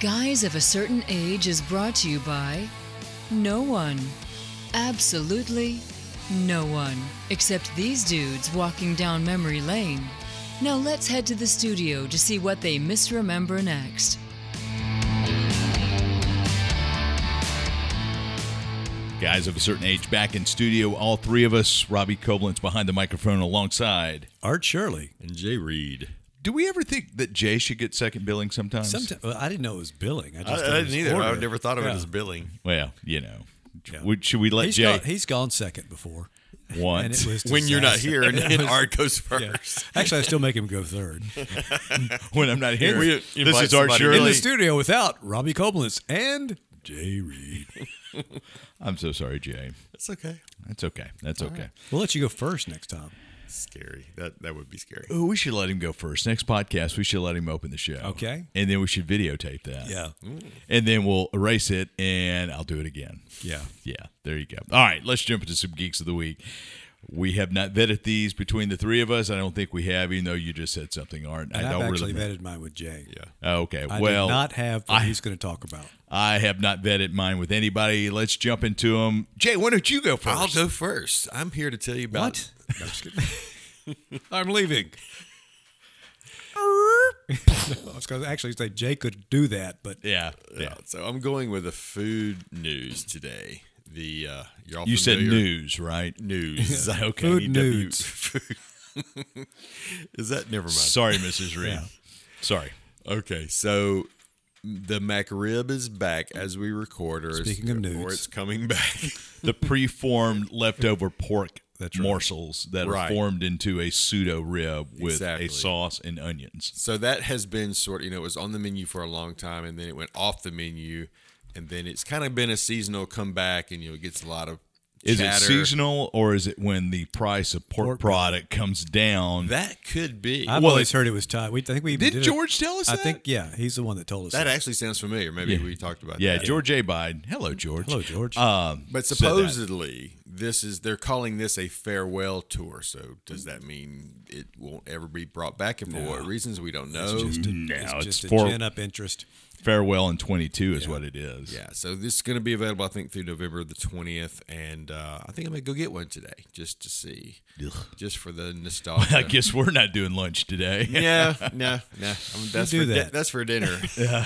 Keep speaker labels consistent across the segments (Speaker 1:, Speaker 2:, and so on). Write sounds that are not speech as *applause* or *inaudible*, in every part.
Speaker 1: Guys of a Certain Age is brought to you by no one. Absolutely no one. Except these dudes walking down memory lane. Now let's head to the studio to see what they misremember next.
Speaker 2: Guys of a certain age back in studio, all three of us. Robbie Koblenz behind the microphone alongside.
Speaker 3: Art Shirley.
Speaker 4: and Jay Reed.
Speaker 2: Do we ever think that Jay should get second billing sometimes?
Speaker 3: Sometimes well, I didn't know it was billing. I, just
Speaker 4: I,
Speaker 3: thought it
Speaker 4: didn't
Speaker 3: was
Speaker 4: either. I
Speaker 3: order.
Speaker 4: never thought of
Speaker 3: Yeah.
Speaker 4: it as billing.
Speaker 2: Well, you know.
Speaker 3: Yeah.
Speaker 2: Would- Should we let
Speaker 3: He's
Speaker 2: Jay
Speaker 3: gone, he's gone second before. And
Speaker 2: once?
Speaker 3: it was
Speaker 4: *laughs* When you're not
Speaker 3: disaster. *laughs*
Speaker 4: here and,
Speaker 3: It
Speaker 4: and
Speaker 3: was-
Speaker 4: art goes
Speaker 3: yeah.
Speaker 4: first.
Speaker 3: Actually, I still make him go third.
Speaker 2: *laughs* when I'm not here,
Speaker 4: We
Speaker 2: this
Speaker 4: invite
Speaker 2: is Art
Speaker 4: somebody
Speaker 2: Shirley.
Speaker 3: In the studio without Robbie Koblenz and Jay Reed.
Speaker 2: I'm so sorry, Jay.
Speaker 4: *laughs* It's okay.
Speaker 2: That's okay. That's okay.
Speaker 3: We'll let you go first next time.
Speaker 4: Scary. That that would be scary.
Speaker 2: Ooh, we should let him go first. Next podcast, we should let him open the show.
Speaker 3: Okay.
Speaker 2: And then we should videotape that.
Speaker 3: Yeah.
Speaker 2: And then we'll erase it, and I'll do it again.
Speaker 3: Yeah.
Speaker 2: Yeah, there you go. All right, let's jump into some geeks of the week. We have not vetted these between the three of us. I don't think we have, even though you just said something, Art.
Speaker 3: And
Speaker 2: I
Speaker 3: I've
Speaker 2: don't
Speaker 3: actually
Speaker 2: really. Oh,
Speaker 3: vetted mine with Jay. Yeah.
Speaker 2: Okay,
Speaker 3: I
Speaker 2: well,
Speaker 3: did not have what
Speaker 2: I-
Speaker 3: he's going to talk about.
Speaker 2: I have not vetted mine with anybody. Let's jump into them. Jay, why don't you go 1st
Speaker 4: I'll go first. I'm here to tell you about
Speaker 3: What?
Speaker 4: No, I'm just kidding.
Speaker 3: I'm leaving. *laughs* I was going to actually say Jay could do that, but
Speaker 2: Yeah, yeah.
Speaker 4: Yeah. So I'm going with the food news today. The uh, you're all
Speaker 2: You said
Speaker 4: familiar-
Speaker 2: news, right?
Speaker 3: *laughs*
Speaker 4: news.
Speaker 2: Okay.
Speaker 3: Food
Speaker 4: NEW.
Speaker 3: nudes. *laughs*
Speaker 4: Food. Is that never mind?
Speaker 2: Sorry,
Speaker 3: *laughs*
Speaker 2: Mrs. Reed. Sorry.
Speaker 4: Okay, so the MacRib is back as we record, or,
Speaker 3: Speaking
Speaker 4: it's,
Speaker 3: of
Speaker 4: or
Speaker 3: nudes.
Speaker 4: it's coming back.
Speaker 2: The
Speaker 3: *laughs*
Speaker 2: preformed leftover pork
Speaker 3: That's right.
Speaker 2: morsels that
Speaker 4: Right.
Speaker 2: are formed into a pseudo rib with
Speaker 4: Exactly.
Speaker 2: a sauce and onions.
Speaker 4: so that has been sort. You know, it was on the menu for a long time, and then it went off the menu, and then it's kind of been a seasonal comeback, and you know, it gets a lot of
Speaker 2: Is
Speaker 4: chatter.
Speaker 2: it seasonal or is it when the price of pork, product comes down?
Speaker 4: That could be.
Speaker 3: I've
Speaker 2: Well,
Speaker 3: always heard it was Todd. We, I think we even
Speaker 2: did
Speaker 3: it.
Speaker 2: George tell us
Speaker 3: I
Speaker 2: that?
Speaker 3: think yeah, he's the one that told us
Speaker 4: that
Speaker 3: that.
Speaker 4: actually sounds familiar. Maybe we talked about
Speaker 2: yeah,
Speaker 4: that.
Speaker 2: George A. Biden. Hello, George.
Speaker 3: Hello, George.
Speaker 2: Um,
Speaker 4: But
Speaker 2: said that.
Speaker 4: supposedly, this is they're calling this a farewell tour. So does that mean it won't ever be brought back? And for what reasons we don't know.
Speaker 2: no,
Speaker 3: it's,
Speaker 2: it's
Speaker 3: just
Speaker 2: for-
Speaker 3: a gin up interest.
Speaker 2: farewell in 22 is what it is.
Speaker 4: Yeah, so this is going to be available, I think, through November the 20th. And uh, I think I'm going to go get one today just to see, just for the
Speaker 2: *laughs*
Speaker 4: nostalgia.
Speaker 2: I guess we're not doing lunch today.
Speaker 4: yeah, no, no. I'm, that's,
Speaker 3: do
Speaker 4: for di-
Speaker 3: that.
Speaker 4: that's for dinner.
Speaker 2: *laughs*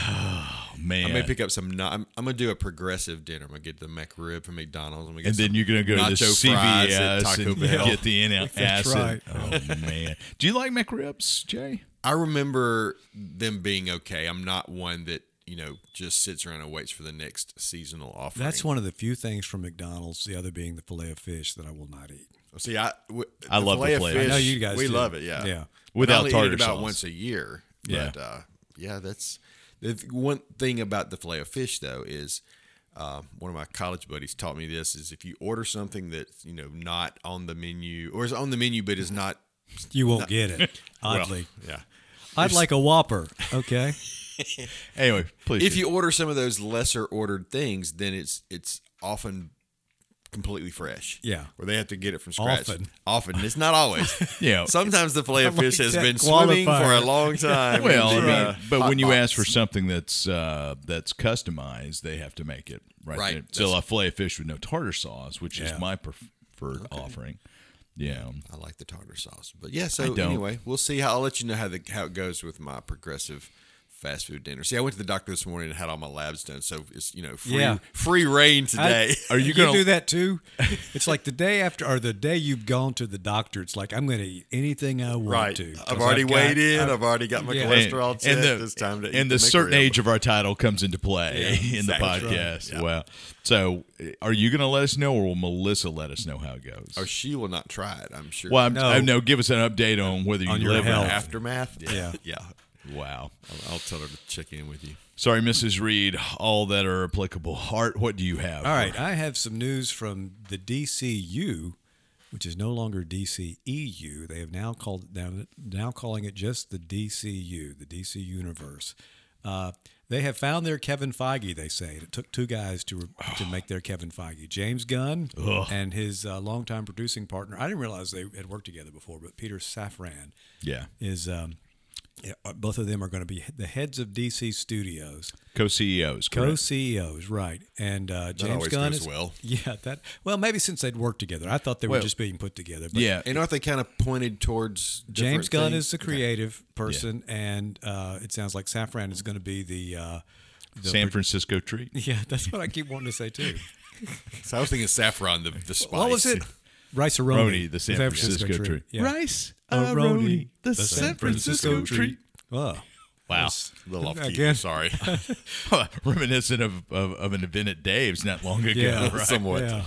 Speaker 2: Man.
Speaker 4: I may pick up some. No- I'm, I'm going to do a progressive dinner. I'm going to get the McRib from McDonald's. I'm gonna get
Speaker 2: and then
Speaker 4: some
Speaker 2: you're going to go to the
Speaker 4: nacho fries
Speaker 2: CVS
Speaker 4: at Taco
Speaker 2: and
Speaker 4: Bell.
Speaker 2: get
Speaker 4: *laughs*
Speaker 2: the in
Speaker 3: That's
Speaker 2: acid.
Speaker 3: right.
Speaker 2: Oh, man. Do you like McRibs, Jay?
Speaker 4: I remember them being okay. I'm not one that, you know, just sits around and waits for the next seasonal offering.
Speaker 3: That's one of the few things from McDonald's. The other being the fillet of fish that I will not eat.
Speaker 4: See, I, w-
Speaker 2: I love the
Speaker 4: filet of
Speaker 2: flavor.
Speaker 4: fish,
Speaker 2: I know
Speaker 3: you guys
Speaker 4: We
Speaker 3: do.
Speaker 4: love it, yeah,
Speaker 3: Yeah.
Speaker 2: Without
Speaker 4: I only
Speaker 2: tartar
Speaker 4: eat it about
Speaker 2: sauce.
Speaker 4: once a year.
Speaker 2: Yeah.
Speaker 4: but, uh, yeah, that's the th- one thing about the filet of fish though is. Uh, one of my college buddies taught me this: is if you order something that's you know not on the menu, or is on the menu but is
Speaker 2: Mm-hmm.
Speaker 4: not,
Speaker 3: You won't get
Speaker 4: *laughs*
Speaker 3: it. Oddly,
Speaker 4: yeah.
Speaker 3: I'd like a Whopper. Okay,
Speaker 4: *laughs*
Speaker 2: Anyway, please.
Speaker 4: If you order some of those lesser ordered things, then it's it's often completely fresh.
Speaker 3: Yeah.
Speaker 4: or they have to get it from scratch.
Speaker 3: Often.
Speaker 4: often it's not always.
Speaker 2: *laughs* Yeah.
Speaker 4: sometimes
Speaker 2: *laughs*
Speaker 4: the filet of
Speaker 3: like
Speaker 4: fish has
Speaker 3: that
Speaker 4: been swimming for
Speaker 3: qualifier.
Speaker 4: a long time. in
Speaker 2: well,
Speaker 4: the,
Speaker 2: I mean,
Speaker 4: uh,
Speaker 2: but
Speaker 4: hot
Speaker 2: when you
Speaker 4: box.
Speaker 2: ask for something that's uh, that's customized, they have to make it right.
Speaker 4: Right.
Speaker 2: there. So a filet of fish with no tartar sauce, which is my preferred offering. Yeah.
Speaker 4: I like the tartar sauce, but yeah. So
Speaker 2: don't.
Speaker 4: anyway, we'll see. How I'll let you know how the how it goes with my progressive fast food dinner. See, I went to the doctor this morning and had all my labs done, so it's you know free
Speaker 3: Yeah.
Speaker 4: free reign
Speaker 3: I-
Speaker 4: today.
Speaker 2: Are
Speaker 4: *laughs*
Speaker 2: you gonna-
Speaker 3: do that too? It's like the day after or the day you've gone to the doctor. It's like I'm going to eat anything I want to. 'cause
Speaker 4: I've already
Speaker 3: got-
Speaker 4: weighed in.
Speaker 3: I've-
Speaker 4: I've already got my
Speaker 3: Yeah.
Speaker 2: And,
Speaker 4: cholesterol checked.
Speaker 2: and the,
Speaker 4: it's time to eat
Speaker 2: and the
Speaker 4: McRib.
Speaker 2: certain age of our title comes into play *laughs* in
Speaker 4: exactly.
Speaker 2: the podcast. Well, so uh, are you going to let us know, or will Melissa let us know how it goes?
Speaker 4: Oh, she will not try it. I'm sure.
Speaker 2: well, I'm,
Speaker 3: No.
Speaker 2: no. no, give us an update on whether you
Speaker 3: On your
Speaker 2: live
Speaker 3: health.
Speaker 2: or not.
Speaker 4: aftermath.
Speaker 3: Yeah.
Speaker 4: yeah. *laughs*
Speaker 2: Wow.
Speaker 4: I'll, I'll tell her to check in with you.
Speaker 2: Sorry, Mrs. Reed. All that are applicable. Art, what do you have?
Speaker 3: All right, I have some news from the DCU, which is no longer DCEU. They have now called now, now calling it just the DCU, the DC Universe. Uh, they have found their Kevin Feige. They say it took two guys to to make their Kevin Feige, James Gunn and his uh, longtime producing partner. I didn't realize they had worked together before, but Peter Safran
Speaker 2: Yeah.
Speaker 3: is um, Yeah, both of them are going to be the heads of DC Studios,
Speaker 2: Co CEOs.
Speaker 4: E
Speaker 3: co CEOs, E right? And uh, James
Speaker 4: always
Speaker 3: Gunn
Speaker 4: goes
Speaker 3: is
Speaker 4: well.
Speaker 3: *laughs* Yeah, that well, maybe since they'd worked together, I thought they
Speaker 2: Well,
Speaker 3: were just being put together. But
Speaker 2: Yeah.
Speaker 4: And aren't they kind of pointed towards
Speaker 3: James
Speaker 4: different
Speaker 3: Gunn
Speaker 4: things?
Speaker 3: is the creative person, and uh, it sounds like Safran is going to be the. Uh, the
Speaker 2: San Francisco treat. *laughs*
Speaker 3: yeah, that's what I keep wanting to say too.
Speaker 4: So I was thinking saffron, the, the
Speaker 3: *laughs*
Speaker 4: spice.
Speaker 3: What was it? Rice
Speaker 2: Roni, the San Francisco, treat. Rice
Speaker 3: A-roni,
Speaker 2: A-roni,
Speaker 3: Oh, the San Francisco Oh,
Speaker 2: Wow.
Speaker 4: A
Speaker 3: *laughs*
Speaker 4: little off key.
Speaker 3: Again.
Speaker 4: I'm Sorry. *laughs*
Speaker 2: Reminiscent of, of, of an event at Dave's not long ago.
Speaker 3: Yeah.
Speaker 2: right?
Speaker 4: Somewhat.
Speaker 3: yeah.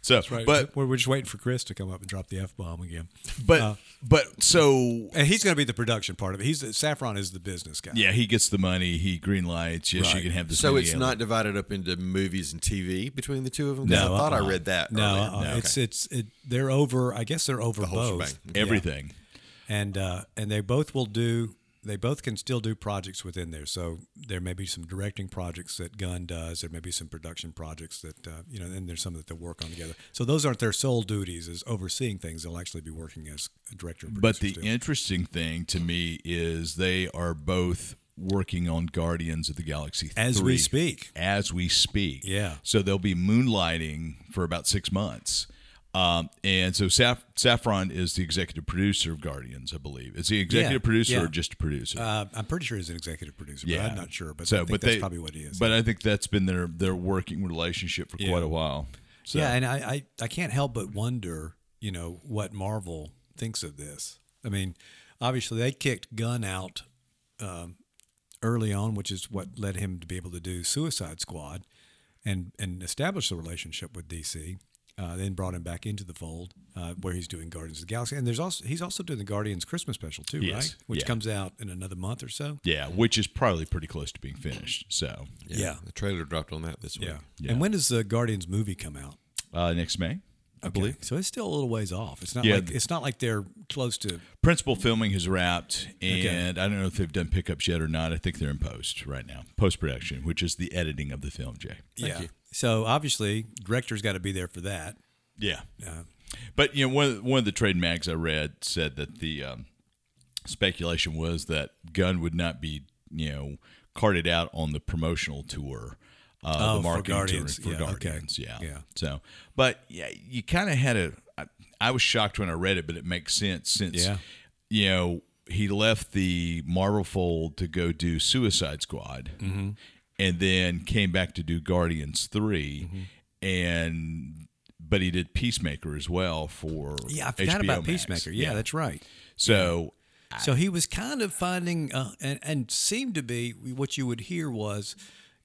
Speaker 2: So,
Speaker 3: Right.
Speaker 2: but,
Speaker 3: But we're, we're just waiting for Chris to come up and drop the f bomb again,
Speaker 2: but,
Speaker 3: Uh,
Speaker 2: but so,
Speaker 3: and he's going to be the production part of it. He's Saffron is the business guy.
Speaker 2: yeah, he gets the money. He green lights. Yes, you
Speaker 3: Right.
Speaker 2: can have this.
Speaker 4: So
Speaker 2: many
Speaker 4: it's
Speaker 2: aliens.
Speaker 4: not divided up into movies and TV between the two of them. 'Cause I thought I
Speaker 3: uh-uh.
Speaker 4: read that.
Speaker 3: No,
Speaker 4: earlier.
Speaker 3: uh-uh. it's it's it, they're over. I guess they're over
Speaker 4: whole
Speaker 3: both,
Speaker 4: shebang.
Speaker 2: everything.
Speaker 3: and uh, and they both will do. They both can still do projects within there. So there may be some directing projects that Gunn does. There may be some production projects that uh, you know, and there's some that they'll work on together. So those aren't their sole duties is overseeing things. They'll actually be working as a director. and
Speaker 2: But
Speaker 3: producer
Speaker 2: the
Speaker 3: still.
Speaker 2: interesting thing to me is they are both working on Guardians of the Galaxy
Speaker 3: as
Speaker 2: 3.
Speaker 3: we speak,
Speaker 2: as we speak.
Speaker 3: Yeah.
Speaker 2: So they'll be moonlighting for about six months. Um, and so Saf- Saffron is the executive producer of Guardians, I believe. Is he executive
Speaker 3: Yeah,
Speaker 2: producer
Speaker 3: yeah.
Speaker 2: or just a producer?
Speaker 3: uh, I'm pretty sure he's an executive producer. but I'm not sure. But
Speaker 2: so,
Speaker 3: I think
Speaker 2: but
Speaker 3: that's
Speaker 2: they-
Speaker 3: probably what he is.
Speaker 2: But I think that's been their their working relationship for
Speaker 3: Yeah.
Speaker 2: quite a while. So,
Speaker 3: Yeah, and I, I, I can't help but wonder, you know, what Marvel thinks of this. I mean, obviously they kicked Gunn out um, early on, which is what led him to be able to do Suicide Squad and and establish a relationship with DC. Uh, then brought him back into the fold uh, where he's doing Guardians of the Galaxy, and there's also he's also doing the Guardians Christmas special too,
Speaker 2: Yes,
Speaker 3: right? Which
Speaker 2: yeah.
Speaker 3: comes out in another month or so.
Speaker 2: yeah, which is probably pretty close to being finished. So
Speaker 3: yeah.
Speaker 4: The trailer dropped on that this week.
Speaker 2: Yeah.
Speaker 3: And when does the Guardians movie come out?
Speaker 2: uh, next May, I believe.
Speaker 3: So it's still a little ways off. It's not
Speaker 2: Yeah.
Speaker 3: like it's not like they're close to
Speaker 2: Principal filming has wrapped, and
Speaker 3: Okay.
Speaker 2: I don't know if they've done pickups yet or not. I think they're in post right now, post production, which is the editing of the film, Jay.
Speaker 3: yeah. So obviously, director's got to be there for that.
Speaker 2: Yeah. But you know, one of, one of the trade mags I read said that the um, speculation was that Gunn would not be you know carted out on the promotional tour. Uh,
Speaker 3: Oh,
Speaker 2: the
Speaker 3: for
Speaker 2: marketing
Speaker 3: Guardians.
Speaker 2: tour for
Speaker 3: Yeah, okay.
Speaker 2: Guardians, yeah,
Speaker 3: Yeah.
Speaker 2: So, but yeah, you kind of had a. I, I was shocked when I read it, but it makes sense since
Speaker 3: Yeah.
Speaker 2: you know he left the Marvel fold to go do Suicide Squad,
Speaker 3: Mm-hmm.
Speaker 2: and then came back to do Guardians 3
Speaker 3: Mm-hmm.
Speaker 2: and but he did Peacemaker as well for
Speaker 3: Yeah, I forgot
Speaker 2: HBO
Speaker 3: about
Speaker 2: Max.
Speaker 3: Peacemaker. Yeah, that's right.
Speaker 2: so
Speaker 3: So he was kind of finding uh, and and seemed to be what you would hear was,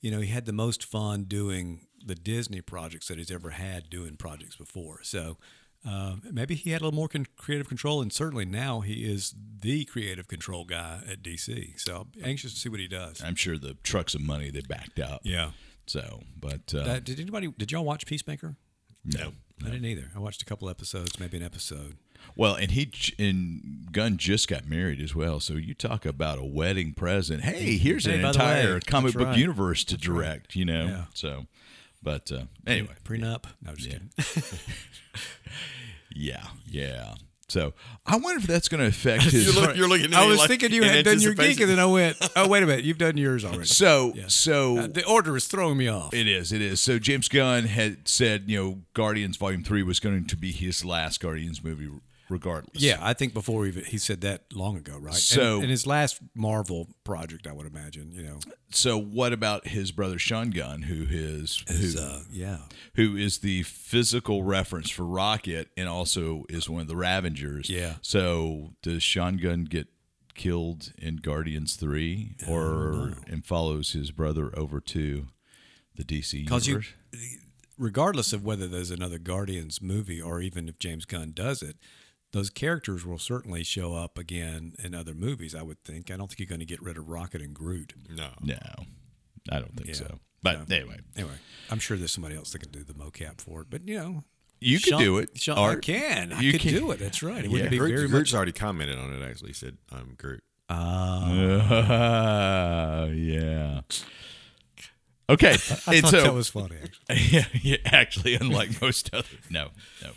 Speaker 3: you know, he had the most fun doing the Disney projects that he's ever had doing projects before. So. Uh, maybe he had a little more con- creative control, and certainly now he is the creative control guy at DC. So I'm anxious to see what he does.
Speaker 2: I'm sure the trucks of money they backed up.
Speaker 3: Yeah.
Speaker 2: So, but uh,
Speaker 3: Uh, did anybody? Did y'all watch Peacemaker?
Speaker 2: no.
Speaker 3: I didn't either. I watched a couple episodes, maybe an episode.
Speaker 2: Well, and he j- and Gunn just got married as well. So you talk about a wedding present. Hey, here's
Speaker 3: Mm-hmm.
Speaker 2: an
Speaker 3: Hey, by the way,
Speaker 2: entire comic
Speaker 3: that's
Speaker 2: book
Speaker 3: right.
Speaker 2: universe to direct. You know.
Speaker 3: Yeah.
Speaker 2: So, but uh, anyway,
Speaker 3: Prenup? No, I'm just kidding.
Speaker 2: yeah, yeah. So I wonder if that's going to
Speaker 3: *laughs*
Speaker 2: affect his.
Speaker 4: You're, look, *laughs* you're looking at me
Speaker 3: I was
Speaker 4: like
Speaker 3: thinking you
Speaker 4: in
Speaker 3: had done your geek,
Speaker 4: anticipation.
Speaker 3: and then I went, "Oh, wait a minute, you've done yours already."
Speaker 2: so so
Speaker 3: Uh, the order is throwing me off.
Speaker 2: It is. It is. So James Gunn had said, you know, Guardians Volume Three was going to be his last Guardians movie, regardless.
Speaker 3: yeah, I think before even he said that long ago, right? And-
Speaker 2: So-
Speaker 3: and, his last Marvel project, I would imagine, you know,
Speaker 2: So what about his brother Sean Gunn, who is who,
Speaker 3: yeah,
Speaker 2: who is the physical reference for Rocket and also is one of the Ravengers?
Speaker 3: Yeah.
Speaker 2: So does Sean Gunn get killed in Guardians Three, or and follows his brother over to the DC
Speaker 3: because
Speaker 2: universe?
Speaker 3: you, regardless of whether there's another Guardians movie or even if James Gunn does it. Those characters will certainly show up again in other movies, I would think. I don't think you're going to get rid of Rocket and Groot.
Speaker 4: No.
Speaker 2: no, I don't think
Speaker 3: Yeah.
Speaker 2: so. But anyway,
Speaker 3: Anyway, I'm sure there's somebody else that can do the mocap for it, but you know,
Speaker 2: you could
Speaker 3: Sean-
Speaker 2: do it.
Speaker 3: Sean, I
Speaker 2: Art.
Speaker 3: can. I
Speaker 2: You
Speaker 3: could
Speaker 2: can-
Speaker 3: do it. That's right. It wouldn't be
Speaker 4: Groot,
Speaker 3: very much.
Speaker 4: Groot's already commented on it. Actually, he said, "I'm Groot."
Speaker 2: Uh, *laughs* yeah.
Speaker 3: *laughs*
Speaker 2: Okay.
Speaker 3: I
Speaker 2: and *laughs* *laughs*
Speaker 3: thought
Speaker 2: so,
Speaker 3: that was funny. Actually.
Speaker 2: *laughs* yeah, yeah, actually, unlike most other, no, no.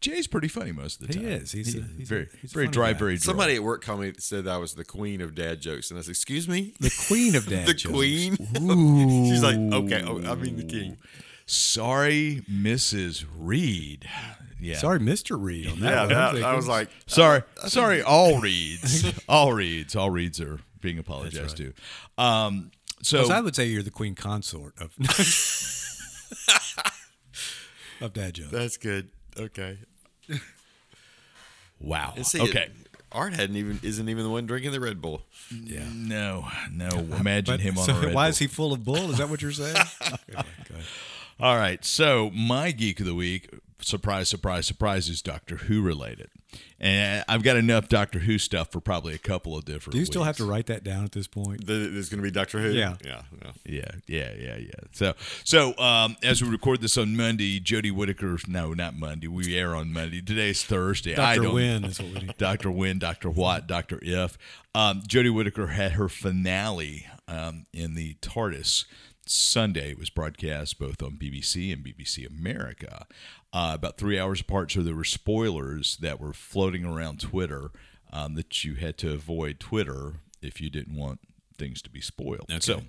Speaker 2: Jay's pretty funny most of the
Speaker 3: He
Speaker 2: time.
Speaker 3: is. He's a- he's a-
Speaker 2: very,
Speaker 3: he's a
Speaker 2: very
Speaker 3: funny
Speaker 2: dry,
Speaker 3: guy.
Speaker 2: very dry.
Speaker 4: Somebody at work called me and said I was the queen of dad jokes, and I said, "Excuse me,
Speaker 3: The queen
Speaker 2: *laughs*
Speaker 3: of dad
Speaker 4: the
Speaker 3: jokes.
Speaker 4: queen." *laughs* She's like, "Okay, oh, I mean the king."
Speaker 2: Sorry, Mrs. Reed. Yeah.
Speaker 3: Sorry, Mr. Reed on that one.
Speaker 4: Yeah,
Speaker 3: I'm
Speaker 4: that-
Speaker 3: thinking-
Speaker 4: I was like,
Speaker 2: Sorry, sorry. All reads, all reads, all reads are being apologized to. Um, so
Speaker 4: oh.
Speaker 3: 'Cause I would say you're the queen consort of, *laughs* of dad jokes.
Speaker 4: "That's good." Okay.
Speaker 2: wow.
Speaker 4: And see,
Speaker 2: okay.
Speaker 4: Art hadn't even isn't even the one drinking the Red Bull.
Speaker 3: yeah.
Speaker 2: no, no. Imagine
Speaker 3: But-
Speaker 2: him on
Speaker 3: so
Speaker 2: a Red
Speaker 3: why
Speaker 2: Bull.
Speaker 3: is he full of bull? Is that what
Speaker 2: *laughs*
Speaker 3: you're saying? Okay, okay.
Speaker 2: All right. So my geek of the week, surprise, surprise, surprise, is Doctor Who related, and I've got enough Doctor Who stuff for probably a couple of different.
Speaker 3: Do you still have
Speaker 2: weeks.
Speaker 3: to write that down at this point?
Speaker 4: Th- There's going to be Doctor Who.
Speaker 3: Yeah.
Speaker 4: yeah, yeah.
Speaker 2: Yeah, yeah, yeah, yeah. So, so um, as we record this on Monday, Jodie Whittaker. No, not Monday. We air on Monday. Today's Thursday. *laughs* I
Speaker 3: Dr.
Speaker 2: don't.
Speaker 3: Wynn is what we need.
Speaker 2: Dr. Wynn, Dr. Watt, Dr. If. Um, Jodie Whittaker had her finale um, in the TARDIS. Sunday It was broadcast both on BBC and BBC America, uh, about three hours apart. So there were spoilers that were floating around Twitter um, that you had to avoid Twitter if you didn't want things to be spoiled. So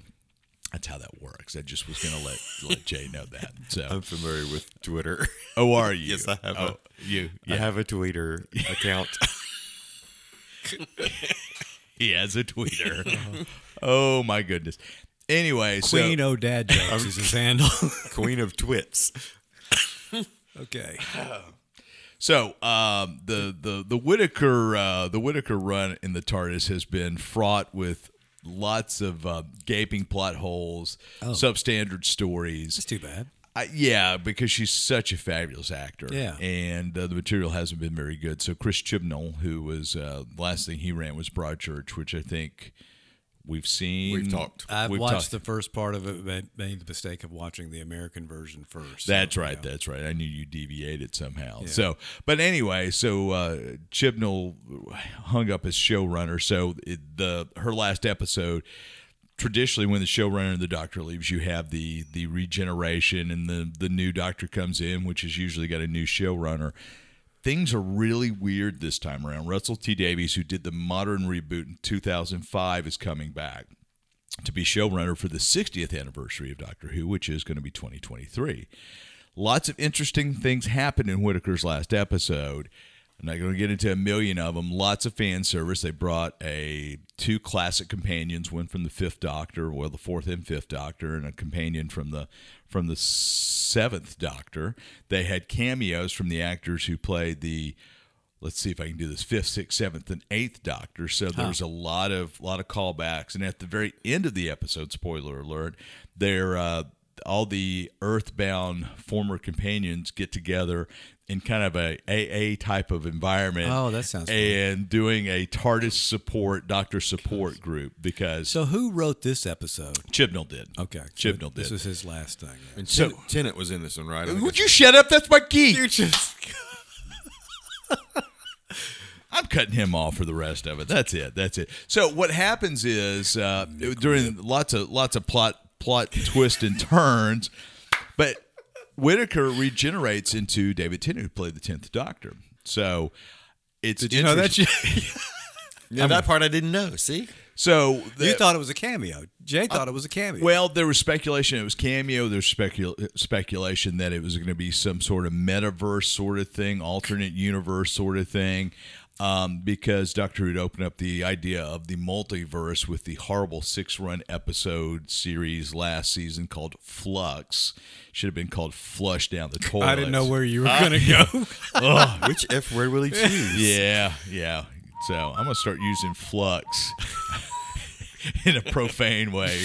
Speaker 2: that's how that works. I just was going to let let Jay know that. So,
Speaker 4: *laughs* I'm familiar with *laughs* Twitter.
Speaker 2: oh, are you?
Speaker 4: Yes, I have a-
Speaker 2: Oh, you. Yeah.
Speaker 4: I have a Twitter account. *laughs*
Speaker 2: He has a tweeter.
Speaker 3: *laughs*
Speaker 2: oh my goodness. Anyway,
Speaker 3: Queen
Speaker 2: *laughs* so *laughs*
Speaker 3: O Dad Jokes is his handle. *laughs*
Speaker 4: Queen of Twits.
Speaker 3: okay.
Speaker 2: so um, the the the Whitaker uh, the Whitaker run in the TARDIS has been fraught with lots of uh, gaping plot holes,
Speaker 3: Oh.
Speaker 2: substandard stories.
Speaker 3: It's too bad.
Speaker 2: I, yeah, because she's such a fabulous actor.
Speaker 3: Yeah.
Speaker 2: And uh, the material hasn't been very good. So Chris Chibnall, who was uh, last thing he ran was Broadchurch, which I think we've seen.
Speaker 4: We've talked.
Speaker 3: I've
Speaker 2: We've talked.
Speaker 3: watched the first part of it, but made the mistake of watching the American version first. so,
Speaker 2: That's right.
Speaker 3: yeah.
Speaker 2: That's right. I knew you deviated somehow. So, but anyway, so uh, Chibnall hung up as showrunner. So it, the her last episode. Traditionally, when the showrunner and the doctor leaves, you have the the regeneration, and the the new doctor comes in, which is usually got a new showrunner. Things are really weird this time around. Russell T Davies, who did the modern reboot in 2005, is coming back to be showrunner for the 60th anniversary of Doctor Who, which is going to be 2023. Lots of interesting things happened in Whitaker's last episode. I'm not going to get into a million of them. Lots of fan service. They brought a two classic companions, one from the Fifth Doctor, well, the Fourth and Fifth Doctor, and a companion from the from the Seventh Doctor. They had cameos from the actors who played the let's see if I can do this fifth, sixth, seventh, and eighth Doctor. So there's a lot of lot of callbacks, and at the very end of the episode, spoiler alert, there uh, all the Earthbound former companions get together in kind of a AA type of environment.
Speaker 3: Oh, that sounds fun.
Speaker 2: and doing a TARDIS support Doctor support group because
Speaker 3: So who wrote this episode?
Speaker 2: Chibnall did.
Speaker 3: Okay. so
Speaker 2: Chibnall
Speaker 3: This
Speaker 2: did.
Speaker 3: was his last thing. yeah.
Speaker 4: And
Speaker 2: So-
Speaker 4: *laughs* so Tennant was in this one, right? I think
Speaker 2: Would you shut up? That's my geek.
Speaker 4: You're just
Speaker 2: *laughs* I'm cutting him off for the rest of it. That's it. That's it. So what happens is uh, during lots of lots of plot plot twists and turns, but Whitaker regenerates into David Tennant, who played the tenth Doctor. So it's
Speaker 3: Did you know that?
Speaker 2: interesting-
Speaker 4: Now, that part I didn't know. See,
Speaker 2: so
Speaker 3: *laughs* You
Speaker 2: the-
Speaker 3: thought it was a cameo. Jay thought it was a cameo.
Speaker 2: Uh, Well, there was speculation it was cameo. There's specul- speculation that it was going to be some sort of metaverse sort of thing, alternate universe sort of thing, um, because Doctor Who opened up the idea of the multiverse with the horrible six-run episode series last season called Flux. Should have been called Flush Down the Toilet.
Speaker 3: I didn't know where you were
Speaker 2: Ah.
Speaker 3: going to
Speaker 2: *laughs*
Speaker 3: go.
Speaker 4: Ah, which F word *laughs* will he choose?
Speaker 2: Yeah, yeah. So I'm gonna start using flux *laughs* in a profane way.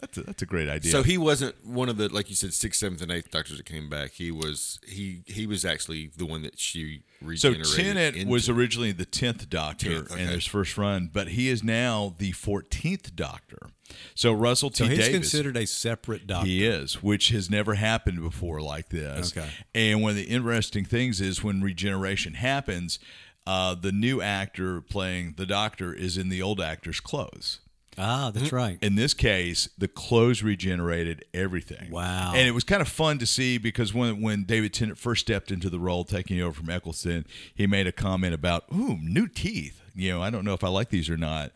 Speaker 2: That's a, that's a great idea.
Speaker 4: So he wasn't one of the like you said sixth, seventh, and eighth doctors that came back. He was he he was actually the one that she
Speaker 2: So
Speaker 4: regenerated.
Speaker 2: Tennant
Speaker 4: into.
Speaker 2: was originally the tenth Doctor
Speaker 4: Tenth,
Speaker 2: in
Speaker 4: okay.
Speaker 2: his first run, but he is now the fourteenth Doctor. So Russell T.
Speaker 3: So he's
Speaker 2: Davis,
Speaker 3: considered a separate doctor.
Speaker 2: he is, which has never happened before like this.
Speaker 3: Okay.
Speaker 2: And one of the interesting things is when regeneration happens, uh, the new actor playing the Doctor is in the old actor's clothes.
Speaker 3: Ah, that's right.
Speaker 2: in this case, the clothes regenerated everything.
Speaker 3: Wow.
Speaker 2: And it was kind of fun to see because when when David Tennant first stepped into the role, taking over from Eccleston, he made a comment about, "Ooh, new teeth." You know, I don't know if I like these or not.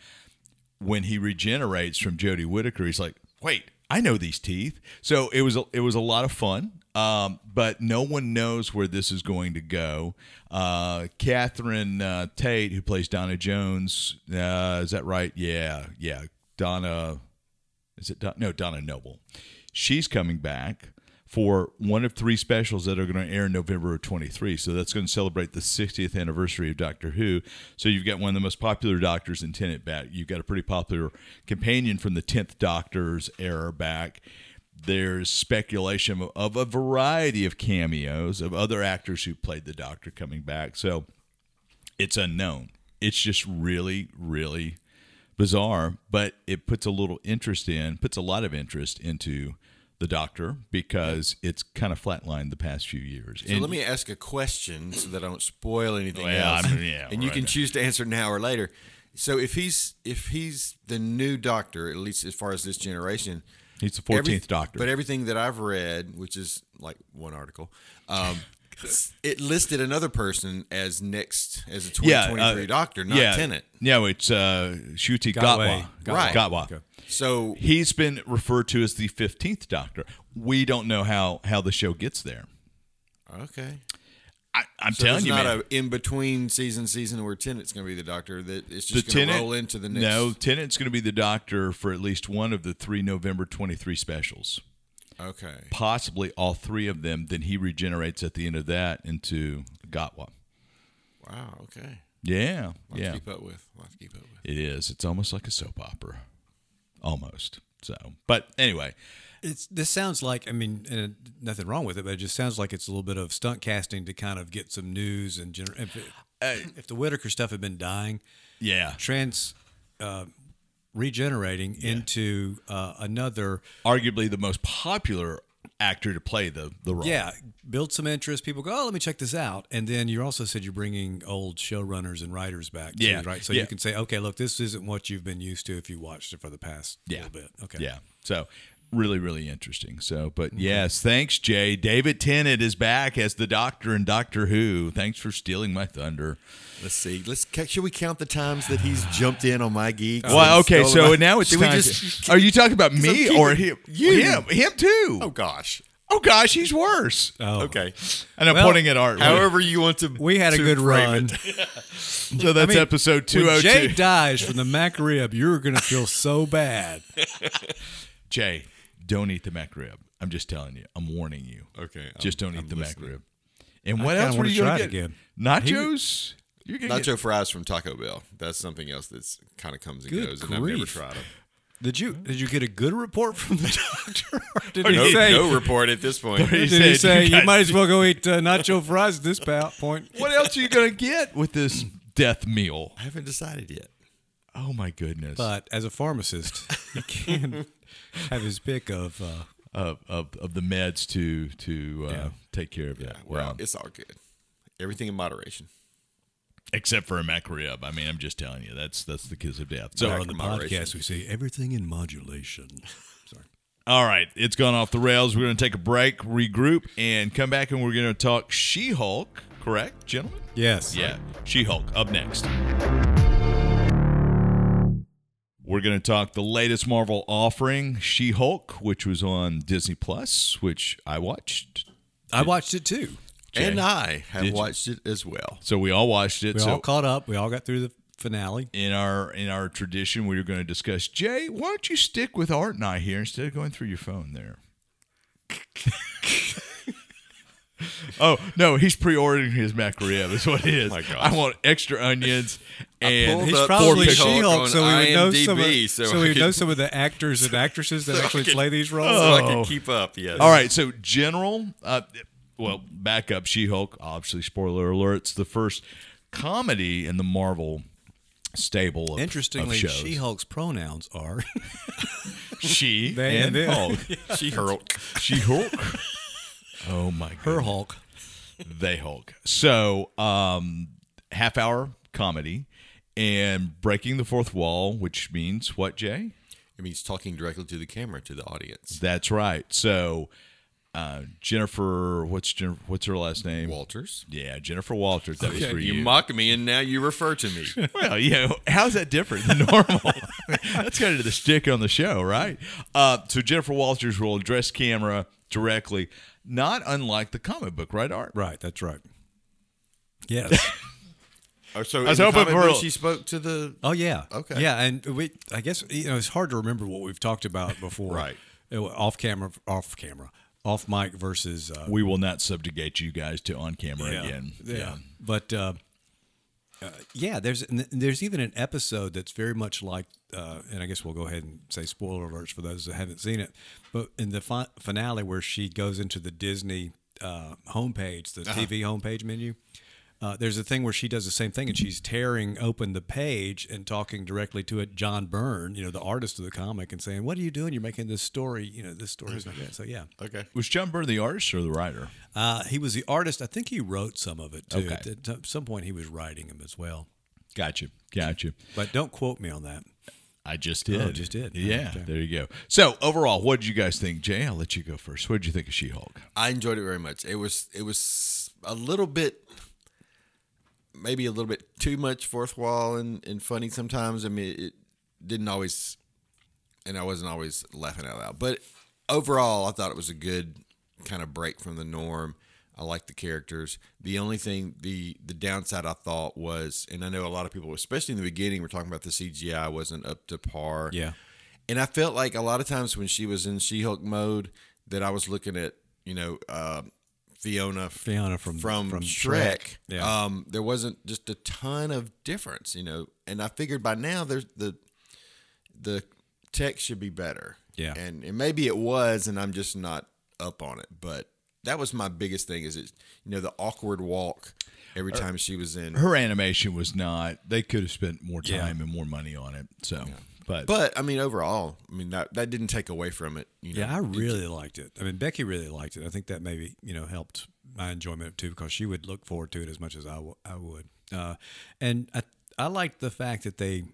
Speaker 2: When he regenerates from Jodie Whittaker, he's like, "Wait, I know these teeth." So it was a, it was a lot of fun. Um, but no one knows where this is going to go. Uh, Catherine uh, Tate, who plays Donna Jones, uh, is that right? Yeah, yeah. Donna is it Don- no Donna Noble? She's coming back for one of three specials that are going to air in November of 23. So that's going to celebrate the 60th anniversary of Doctor Who. So you've got one of the most popular doctors in Tennant back. You've got a pretty popular companion from the 10th Doctor's era back. There's speculation of, of a variety of cameos of other actors who played the Doctor coming back. So it's unknown. It's just really, really bizarre, but it puts a little interest in, puts a lot of interest into the Doctor because it's kind of flatlined the past few years.
Speaker 4: So let me ask a question so that I don't spoil anything
Speaker 2: Well,
Speaker 4: else.
Speaker 2: I mean, yeah,
Speaker 4: and you
Speaker 2: right.
Speaker 4: can choose to answer now or later. So if he's if he's the new doctor, at least as far as this generation,
Speaker 2: He's the
Speaker 4: every-
Speaker 2: 14th Doctor.
Speaker 4: But everything that I've read, which is like one article,
Speaker 2: *laughs*
Speaker 4: um, it listed another person as next as a twenty
Speaker 2: yeah,
Speaker 4: twenty three
Speaker 2: uh,
Speaker 4: doctor, not
Speaker 2: yeah,
Speaker 4: tenant.
Speaker 2: No, it's uh, Shuti
Speaker 3: Gatway.
Speaker 2: Gatwa.
Speaker 3: Gatwa.
Speaker 4: Right.
Speaker 2: Gatwa.
Speaker 3: Okay.
Speaker 4: So
Speaker 2: He's been referred to as the 15th Doctor. We don't know how, how the show gets there.
Speaker 4: okay,
Speaker 2: I, I'm
Speaker 4: so
Speaker 2: telling
Speaker 4: there's
Speaker 2: you,
Speaker 4: not
Speaker 2: man.
Speaker 4: a in between season season where tenant's going to be the doctor. That it's
Speaker 2: the
Speaker 4: just going to
Speaker 2: tenant
Speaker 4: roll into the next.
Speaker 2: no tenant's going to be the doctor for at least one of the three november 23 specials
Speaker 4: okay.
Speaker 2: possibly all three of them, then he regenerates at the end of that into Gatwa.
Speaker 4: Wow. Okay.
Speaker 2: Yeah,
Speaker 4: Lot
Speaker 2: yeah,
Speaker 4: to keep up with. Lot to keep up with.
Speaker 2: it is. It's almost like a soap opera, almost. So, but anyway,
Speaker 3: It's this sounds like I mean and it- nothing wrong with it, but it just sounds like it's a little bit of stunt casting to kind of get some news and gener- if, it-
Speaker 2: Uh,
Speaker 3: if the Whitaker stuff had been dying,
Speaker 2: yeah,
Speaker 3: trans uh, regenerating into uh, another
Speaker 2: arguably the most popular actor to play the the role.
Speaker 3: yeah build some interest people go oh let me check this out and then you also said you're bringing old showrunners and writers back too,
Speaker 2: Yeah,
Speaker 3: right so
Speaker 2: yeah.
Speaker 3: you can say okay look this isn't what you've been used to if you watched it for the past
Speaker 2: Yeah.
Speaker 3: little bit okay
Speaker 2: yeah. So. Really, really interesting. So, but yes, thanks, Jay. David Tennant is back as the Doctor in Doctor Who. Thanks for stealing my thunder.
Speaker 4: Let's see. Let's ca- should we count the times that he's jumped in on my geek?
Speaker 2: Well, okay, so now it's
Speaker 4: should
Speaker 2: time.
Speaker 4: We just,
Speaker 2: to- are you talking about me
Speaker 4: keeping
Speaker 2: or him?
Speaker 4: you.
Speaker 2: Him, him too.
Speaker 4: oh gosh.
Speaker 2: Oh gosh, he's worse.
Speaker 4: Okay.
Speaker 2: and I'm
Speaker 3: Well,
Speaker 2: pointing at Art.
Speaker 4: However you want to.
Speaker 3: we had a
Speaker 4: to
Speaker 3: good
Speaker 4: frame
Speaker 3: run
Speaker 4: it.
Speaker 2: so that's
Speaker 3: I mean,
Speaker 2: episode *laughs* two
Speaker 3: when
Speaker 2: hundred two.
Speaker 3: Jay dies from the mac rib you're gonna feel so bad
Speaker 2: Jay, don't eat the mac rib. I'm just telling you. I'm warning you.
Speaker 4: Okay, um, I'm-
Speaker 2: just don't eat the mac rib. And what
Speaker 3: kinda
Speaker 2: else were
Speaker 3: wanna
Speaker 2: you gonna
Speaker 3: try it
Speaker 2: get?
Speaker 3: again.
Speaker 2: Nachos. You're gonna get
Speaker 4: Nacho fries from Taco Bell. That's something else that's kind of comes and
Speaker 3: Good
Speaker 4: goes, and I've never
Speaker 3: grief.
Speaker 4: tried them.
Speaker 3: did you did you get a good report from the *laughs* doctor or did
Speaker 2: Oh, No-
Speaker 4: No,
Speaker 3: he say
Speaker 4: no report at this point.
Speaker 2: He
Speaker 3: did he
Speaker 2: said,
Speaker 3: say
Speaker 2: "You
Speaker 3: you
Speaker 2: got-
Speaker 3: might as well go eat uh, nacho fries at this pa- point
Speaker 2: what else are you gonna get with this death meal?
Speaker 4: I haven't decided yet.
Speaker 2: Oh my goodness.
Speaker 3: But as a pharmacist, he can have his pick of. Uh,
Speaker 2: of, of of the meds to to uh, take care of that.
Speaker 4: Well,
Speaker 2: Wow.
Speaker 4: it's all good. Everything in moderation.
Speaker 2: Except for a mac rib. I mean, I'm just telling you, that's that's the kiss of death. So
Speaker 4: Mac
Speaker 3: on the
Speaker 4: moderation.
Speaker 3: podcast, we say everything in modulation. Sorry.
Speaker 2: All right, it's gone off the rails. We're going to take a break, regroup, and come back, and we're going to talk She Hulk, correct, gentlemen?
Speaker 3: Yes.
Speaker 2: Yeah, She Hulk, up next. We're going to talk the latest Marvel offering, She Hulk, which was on Disney Plus, which I watched.
Speaker 3: I watched it too.
Speaker 2: Jay,
Speaker 4: And I have
Speaker 2: did you-
Speaker 4: watched it as well.
Speaker 2: So we all watched it.
Speaker 3: We
Speaker 2: so
Speaker 3: all caught up. We all got through the finale.
Speaker 2: in our in our tradition, we were going to discuss. Jay, why don't you stick with Art and I here instead of going through your phone there? *laughs* oh no, he's pre-ordering his mac rib. Is
Speaker 4: *laughs*
Speaker 2: what it is.
Speaker 4: Oh My gosh.
Speaker 2: I want extra onions
Speaker 4: pulled
Speaker 2: and
Speaker 4: up
Speaker 3: He's probably
Speaker 4: She-Hulk
Speaker 3: She-Hulk,
Speaker 4: on
Speaker 3: so we would know
Speaker 4: IMDb,
Speaker 3: some of,
Speaker 4: so
Speaker 3: so
Speaker 4: I
Speaker 3: we would
Speaker 4: could-
Speaker 3: know some of the actors
Speaker 4: *laughs*
Speaker 3: and actresses that
Speaker 4: I
Speaker 3: actually
Speaker 4: could- Oh.
Speaker 3: play these roles.
Speaker 4: So I can keep up. Yes.
Speaker 2: All right, so general, uh, well, back up. She Hulk, obviously, spoiler alert. It's the first comedy in the Marvel stable. Of,
Speaker 3: Interestingly,
Speaker 2: of shows.
Speaker 3: She-Hulk's pronouns are *laughs*
Speaker 2: she,
Speaker 3: They
Speaker 2: and
Speaker 3: and them.
Speaker 2: Hulk.
Speaker 4: *laughs* She Hulk.
Speaker 2: She Hulk. Oh my god.
Speaker 3: her Hulk.
Speaker 2: They Hulk. So, um, half hour comedy. and breaking the fourth wall, which means what, Jay?
Speaker 4: It means talking directly to the camera, to the audience.
Speaker 2: That's right. So uh, Jennifer, what's Jennifer, what's her last name?
Speaker 4: Walters.
Speaker 2: Yeah, Jennifer Walters. That was
Speaker 4: Okay,
Speaker 2: for
Speaker 4: you
Speaker 2: you.
Speaker 4: mock me and now you refer to *laughs* me.
Speaker 2: *laughs* Well, you know, how's that different than normal? *laughs* That's kind of the stick on the show, right? Uh, so Jennifer Walters will address camera directly, not unlike the comic book, right, Art?
Speaker 3: Right, that's right.
Speaker 4: *laughs*
Speaker 3: Yes.
Speaker 4: Or Uh, so
Speaker 2: was
Speaker 4: in the
Speaker 2: hoping
Speaker 4: comic
Speaker 2: for a-
Speaker 4: book, she spoke to the
Speaker 3: oh yeah.
Speaker 4: Okay.
Speaker 3: Yeah, and we I guess you know it's hard to remember what we've talked about before.
Speaker 4: Right.
Speaker 3: Uh, Off camera, off camera, off mic versus uh,
Speaker 2: We will not subjugate you guys to on camera
Speaker 3: yeah,
Speaker 2: again.
Speaker 3: Yeah. But uh, uh, yeah, there's and there's even an episode that's very much like, uh, and I guess we'll go ahead and say spoiler alerts for those that haven't seen it. But in the fi- finale, where she goes into the Disney uh, homepage, the TV homepage menu. Uh, there's a thing where she does the same thing, and she's tearing open the page and talking directly to it. John Byrne, you know, the artist of the comic, and saying, "What are you doing? You're making this story. You know, this story is like that." So yeah,
Speaker 4: Okay.
Speaker 2: Was John Byrne the artist or the writer?
Speaker 3: uh, he was the artist. I think he wrote some of it too.
Speaker 2: Okay.
Speaker 3: At, at some point, he was writing them as well.
Speaker 2: Gotcha. Gotcha.
Speaker 3: But don't quote me on that.
Speaker 2: I just did.
Speaker 3: Oh, just did.
Speaker 2: Yeah.
Speaker 3: Okay.
Speaker 2: There you go. So overall, what did you guys think? Jay, I'll let you go first. What did you think of She Hulk?
Speaker 4: I enjoyed it very much. It was it was a little bit maybe a little bit too much fourth wall and, and funny sometimes. I mean it didn't always and I wasn't always laughing out loud. But overall I thought it was a good kind of break from the norm. I liked the characters. The only thing the the downside I thought was and I know a lot of people especially in the beginning were talking about the CGI wasn't up to par.
Speaker 3: Yeah.
Speaker 4: And I felt like a lot of times when she was in She Hulk mode, that I was looking at, you know, uh, Fiona,
Speaker 3: Fiona from-
Speaker 4: from,
Speaker 3: from
Speaker 4: Shrek.
Speaker 3: Shrek. Yeah.
Speaker 4: Um, there wasn't just a ton of difference, you know. And I figured by now there's the the tech should be better.
Speaker 3: Yeah.
Speaker 4: And, and maybe it was, and I'm just not up on it. But that was my biggest thing is it, you know, the awkward walk every time she was in.
Speaker 2: Her animation was not. They could have spent more
Speaker 3: Yeah.
Speaker 2: time and more money on it. So, but,
Speaker 4: But I mean, overall, I mean that that didn't take away from it. You know,
Speaker 3: Yeah, I really liked it. I mean, Becky really liked it. I think that maybe you know helped my enjoyment too because she would look forward to it as much as I, w- I would. Uh, and I I liked the fact that they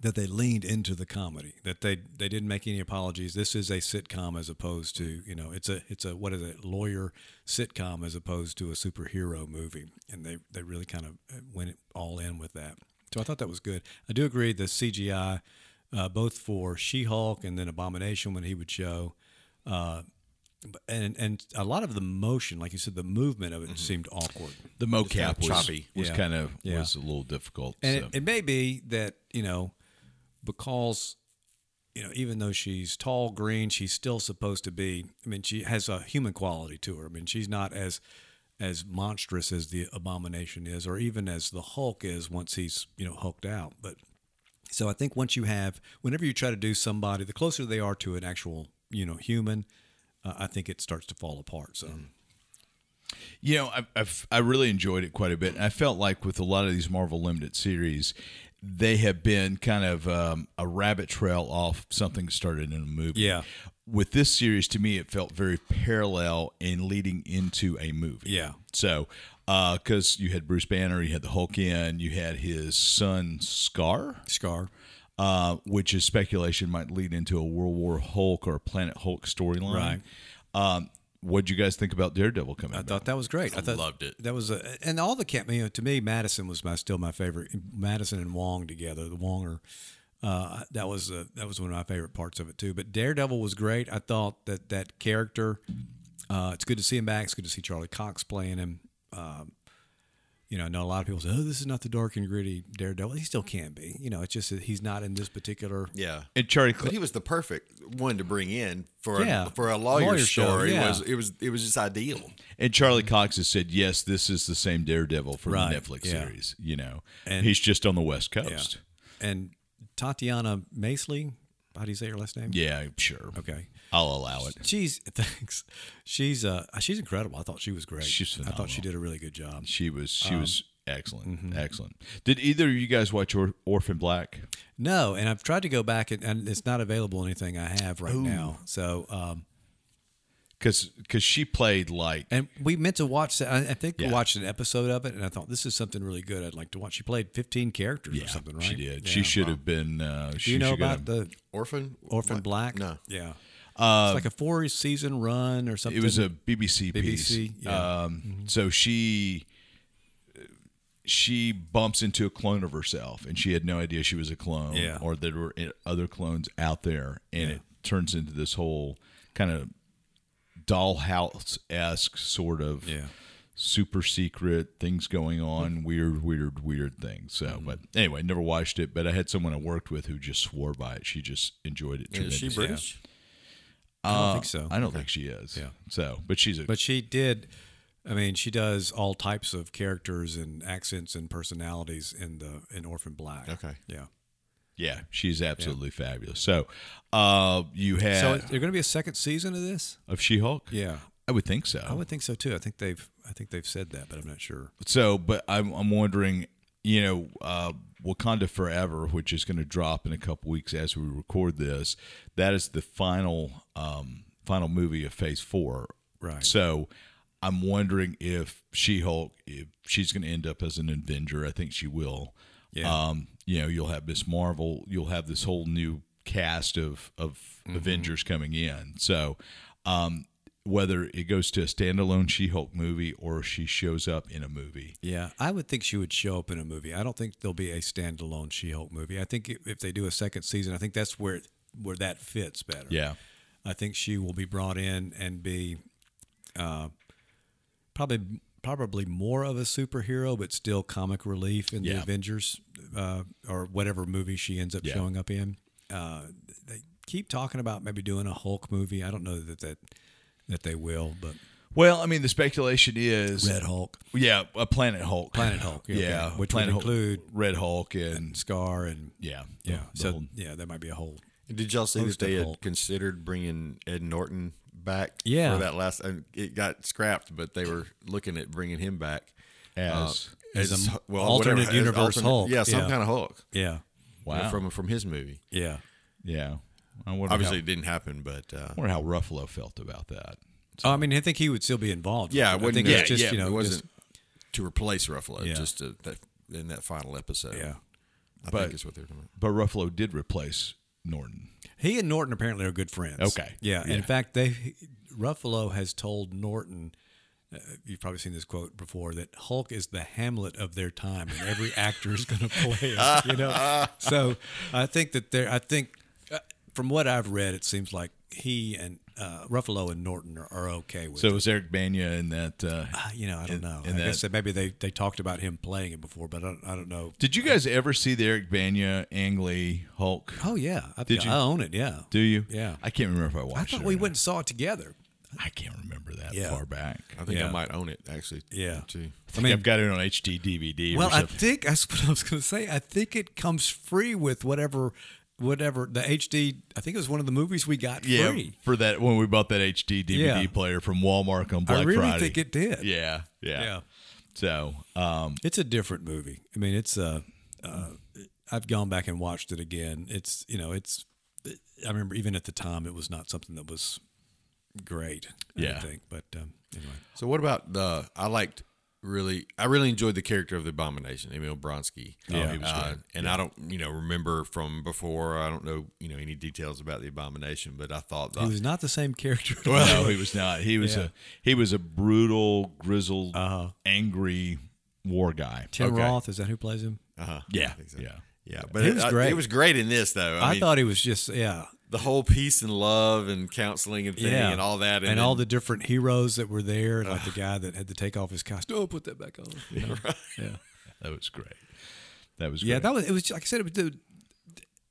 Speaker 3: that they leaned into the comedy that they they didn't make any apologies. This is a sitcom as opposed to you know it's a it's a what is it lawyer sitcom as opposed to a superhero movie, and they they really kind of uh, went all in with that. So I thought that was good. I do agree the CGI. Uh, both for She-Hulk and then Abomination when he would show, uh, and and a lot of the motion, like you said, the movement of it seemed awkward.
Speaker 2: the mocap
Speaker 4: kinda
Speaker 2: was
Speaker 4: choppy.
Speaker 2: was
Speaker 3: Yeah.
Speaker 2: kind of
Speaker 3: Yeah.
Speaker 2: was a little difficult.
Speaker 3: And
Speaker 2: so.
Speaker 3: it, it may be that you know, because you know, even though she's tall, green, she's still supposed to be. I mean, she has a human quality to her. I mean, she's not as as monstrous as the Abomination is, or even as the Hulk is once he's you know hulked out, but. So I think once you have, whenever you try to do somebody, the closer they are to an actual, you know, human, uh, I think it starts to fall apart. So
Speaker 2: You know, I, I've, I really enjoyed it quite a bit. And I felt like with a lot of these Marvel limited series, they have been kind of um, a rabbit trail off something that started in a movie.
Speaker 3: Yeah.
Speaker 2: With this series, to me, it felt very parallel and leading into a movie.
Speaker 3: Yeah.
Speaker 2: So, because you had Bruce Banner, you had the Hulk in, you had his son Scar
Speaker 3: Scar,
Speaker 2: uh, which is speculation might lead into a World War Hulk or a Planet Hulk storyline.
Speaker 3: Right.
Speaker 2: Um, what'd you guys think about Daredevil coming?
Speaker 3: I thought that was great. I, thought
Speaker 4: loved it.
Speaker 3: That was a, and all the camp. You know, to me, Madison was my still my favorite. Madison and Wong together, the Wonger. Uh, that was uh that was one of my favorite parts of it too. But Daredevil was great. I thought that that character. Uh, it's good to see him back. It's good to see Charlie Cox playing him. Um, you know, I know a lot of people say, "Oh, this is not the dark and gritty Daredevil." He still can be. You know, it's just that he's not in this particular.
Speaker 4: yeah.
Speaker 2: and Charlie, Cl-
Speaker 4: But he was the perfect one to bring in for
Speaker 3: Yeah.
Speaker 4: a, for a lawyer,
Speaker 3: Lawyer show,
Speaker 4: story.
Speaker 3: yeah.
Speaker 4: Was it was it was just ideal.
Speaker 2: and Charlie Cox has said, "Yes, this is the same Daredevil from
Speaker 3: Mm-hmm. Right,
Speaker 2: the Netflix
Speaker 3: yeah.
Speaker 2: series." You know,
Speaker 3: And-
Speaker 2: he's just on the West Coast.
Speaker 3: And Tatiana Masley, how do you say her last name?
Speaker 2: Yeah, sure.
Speaker 3: Okay.
Speaker 2: I'll allow it.
Speaker 3: She's *laughs* thanks. She's uh she's incredible. I thought she was great.
Speaker 2: She's
Speaker 3: I thought she did a really good job.
Speaker 2: She was she
Speaker 3: Um,
Speaker 2: was excellent,
Speaker 3: mm-hmm.
Speaker 2: excellent. Did either of you guys watch or- Orphan Black?
Speaker 3: No, and I've tried to go back and, and it's not available anything I have right now. So um
Speaker 2: because she played like
Speaker 3: And we meant to watch that. I I think we
Speaker 2: Yeah.
Speaker 3: watched an episode of it, and I thought this is something really good. I'd like to watch. She played 15 characters or something, right?
Speaker 2: she did.
Speaker 3: Yeah,
Speaker 2: she should
Speaker 3: wow.
Speaker 2: have been. Uh,
Speaker 3: Do
Speaker 2: she
Speaker 3: you know
Speaker 2: should have-
Speaker 3: about the
Speaker 4: Orphan?
Speaker 3: Orphan
Speaker 4: What?
Speaker 3: Black?
Speaker 4: No.
Speaker 3: Yeah. it's like a four season run or something.
Speaker 2: Uh, It was a BBC,
Speaker 3: BBC,
Speaker 2: piece.
Speaker 3: yeah. Mm-hmm.
Speaker 2: Um, So she she bumps into a clone of herself, and she had no idea she was a clone,
Speaker 3: Yeah.
Speaker 2: or there were eh, other clones out there, and it turns into this whole kind of dollhouse esque sort of
Speaker 3: Yeah.
Speaker 2: super secret things going on, weird, weird, weird things. So,
Speaker 3: Mm-hmm.
Speaker 2: but anyway, never watched it, but I had someone I worked with who just swore by it. She just enjoyed it.
Speaker 4: Is
Speaker 2: tremendously.
Speaker 4: she British?
Speaker 3: I don't think so.
Speaker 2: I don't think she is.
Speaker 3: Yeah.
Speaker 2: So, but she's a
Speaker 3: But she did. I mean, she does all types of characters and accents and personalities in the in Orphan Black.
Speaker 4: Okay.
Speaker 3: Yeah.
Speaker 2: Yeah, she's absolutely fabulous. So, uh, you had
Speaker 3: So is there going to be a second season of this?
Speaker 2: of She-Hulk.
Speaker 3: Yeah.
Speaker 2: I would think so.
Speaker 3: I would think so too. I think they've I think they've said that, but I'm not sure.
Speaker 2: so, but I'm I'm wondering, you know, uh, Wakanda Forever, which is going to drop in a couple weeks as we record this. That is the final um, final movie of Phase Four.
Speaker 3: Right.
Speaker 2: So, I'm wondering if She-Hulk, if she's going to end up as an Avenger. I think she will.
Speaker 3: Yeah.
Speaker 2: um, you know, you'll have Miss Marvel, you'll have this whole new cast of of Avengers coming in. So, um, whether it goes to a standalone She-Hulk movie or she shows up in a movie,
Speaker 3: Yeah, I would think she would show up in a movie. I don't think there'll be a standalone She-Hulk movie. I think if if they do a second season, I think that's where it, where that fits better.
Speaker 2: yeah,
Speaker 3: I think she will be brought in and be uh, probably probably more of a superhero, but still comic relief in the
Speaker 2: Yeah.
Speaker 3: Avengers uh, or whatever movie she ends up
Speaker 2: Yeah.
Speaker 3: showing up in. Uh, they keep talking about maybe doing a Hulk movie. I don't know that that that they will, but
Speaker 2: Well, I mean, the speculation is
Speaker 3: Red Hulk,
Speaker 2: yeah, a Planet Hulk,
Speaker 3: Planet Hulk, yeah,
Speaker 2: yeah,
Speaker 3: yeah, which
Speaker 2: Planet
Speaker 3: would
Speaker 2: Hulk-
Speaker 3: include-
Speaker 2: Red Hulk and
Speaker 3: Scar, and
Speaker 2: yeah,
Speaker 3: yeah,
Speaker 4: Oh,
Speaker 2: the
Speaker 3: so
Speaker 2: whole-
Speaker 3: yeah, that might be a whole
Speaker 4: Did y'all see that they had
Speaker 3: Hulk.
Speaker 4: considered bringing Ed Norton back?
Speaker 3: Yeah.
Speaker 4: For that last, and it got scrapped, but they were looking at bringing him back
Speaker 3: uh,
Speaker 2: as
Speaker 3: As a m-
Speaker 4: whatever,
Speaker 3: alternate universe Hulk.
Speaker 4: Yeah, some
Speaker 3: Yeah.
Speaker 4: kind of Hulk.
Speaker 3: yeah,
Speaker 4: you know,
Speaker 2: Wow.
Speaker 4: from from his movie.
Speaker 3: yeah.
Speaker 2: yeah. I wonder
Speaker 4: Obviously,
Speaker 2: how,
Speaker 4: it didn't happen, but uh,
Speaker 2: I wonder how Ruffalo felt about that.
Speaker 3: Oh, I mean, I think he would still be involved.
Speaker 4: yeah,
Speaker 3: I
Speaker 4: it wasn't.
Speaker 3: think
Speaker 4: yeah,
Speaker 3: it's just
Speaker 4: yeah,
Speaker 3: you know
Speaker 4: it
Speaker 3: just-
Speaker 4: wasn't to replace Ruffalo.
Speaker 3: Yeah.
Speaker 4: Just to, that, in that final episode.
Speaker 3: yeah.
Speaker 4: I
Speaker 2: But-
Speaker 4: think is what they're doing.
Speaker 2: But Ruffalo did replace Norton.
Speaker 3: He and Norton apparently are good friends.
Speaker 2: Okay.
Speaker 3: Yeah. In
Speaker 2: Yeah.
Speaker 3: fact, they Ruffalo has told Norton. Uh, you've probably seen this quote before that Hulk is the Hamlet of their time, and every actor is going to *laughs* play it.
Speaker 2: *laughs*
Speaker 3: You know, so I think that there. I think uh, from what I've read, it seems like he and uh, Ruffalo and Norton are, are okay with.
Speaker 2: So
Speaker 3: it.
Speaker 2: it was Eric Banya in that. Uh,
Speaker 3: Uh, you know, I don't know.
Speaker 2: and
Speaker 3: I guess
Speaker 2: that-
Speaker 3: that maybe they, they talked about him playing it before, but I don't, I don't know.
Speaker 2: Did you guys ever see the Eric Banya Angley Hulk?
Speaker 3: Oh yeah, I've
Speaker 2: Did
Speaker 3: got-
Speaker 2: you?
Speaker 3: I own it. Yeah,
Speaker 2: Do you?
Speaker 3: Yeah.
Speaker 2: I can't remember if I
Speaker 3: I
Speaker 2: watched
Speaker 3: thought
Speaker 2: it. or
Speaker 3: we
Speaker 2: not.
Speaker 3: went and saw it together.
Speaker 2: I can't remember that
Speaker 3: Yeah.
Speaker 2: far back.
Speaker 4: I think
Speaker 3: Yeah.
Speaker 4: I might own it actually.
Speaker 3: Yeah.
Speaker 4: Too.
Speaker 2: I mean, I've got it on HD DVD.
Speaker 3: Well,
Speaker 2: or
Speaker 3: I
Speaker 2: something.
Speaker 3: think that's what I was going to say. I think it comes free with whatever, whatever the HD. I think it was one of the movies we got
Speaker 2: yeah,
Speaker 3: free.
Speaker 2: for that when we bought that HD DVD
Speaker 3: Yeah.
Speaker 2: player from Walmart on Black
Speaker 3: I really
Speaker 2: Friday.
Speaker 3: think it did.
Speaker 2: Yeah, yeah.
Speaker 3: Yeah.
Speaker 2: So, um,
Speaker 3: It's a different movie. I mean, it's Uh, uh, I've gone back and watched it again. It's you know, it's. I remember even at the time, it was not something that was great. I
Speaker 2: Yeah.
Speaker 3: think, but um, anyway,
Speaker 4: So what about the? I liked really. I really enjoyed the character of the Abomination, Emil Bronsky.
Speaker 2: Yeah. he was
Speaker 4: Uh, and I don't, you know, remember from before. I don't know, you know, any details about the Abomination, but I thought
Speaker 3: he
Speaker 2: Uh,
Speaker 4: that.
Speaker 3: was not the same character. *laughs*
Speaker 2: no, he was not. He was
Speaker 3: Yeah. Uh-huh.
Speaker 2: a he was a brutal, grizzled, angry war guy.
Speaker 3: Tim
Speaker 2: Okay.
Speaker 3: Roth is that who plays him?
Speaker 4: uh
Speaker 2: Yeah, yeah.
Speaker 4: yeah, but
Speaker 3: He
Speaker 4: it
Speaker 3: was
Speaker 4: I-
Speaker 3: great.
Speaker 4: It was great in this though.
Speaker 3: I,
Speaker 4: I, mean,
Speaker 3: thought he was just yeah.
Speaker 4: the whole peace and love and counseling and thing and all that,
Speaker 3: and, all
Speaker 4: then-
Speaker 3: the different heroes that were there, and like the guy that had to take off his costume. Oh, put that back on. you know? Yeah,
Speaker 2: That was great. That was
Speaker 3: yeah,
Speaker 2: great.
Speaker 3: that was it. Was like I said, it was the,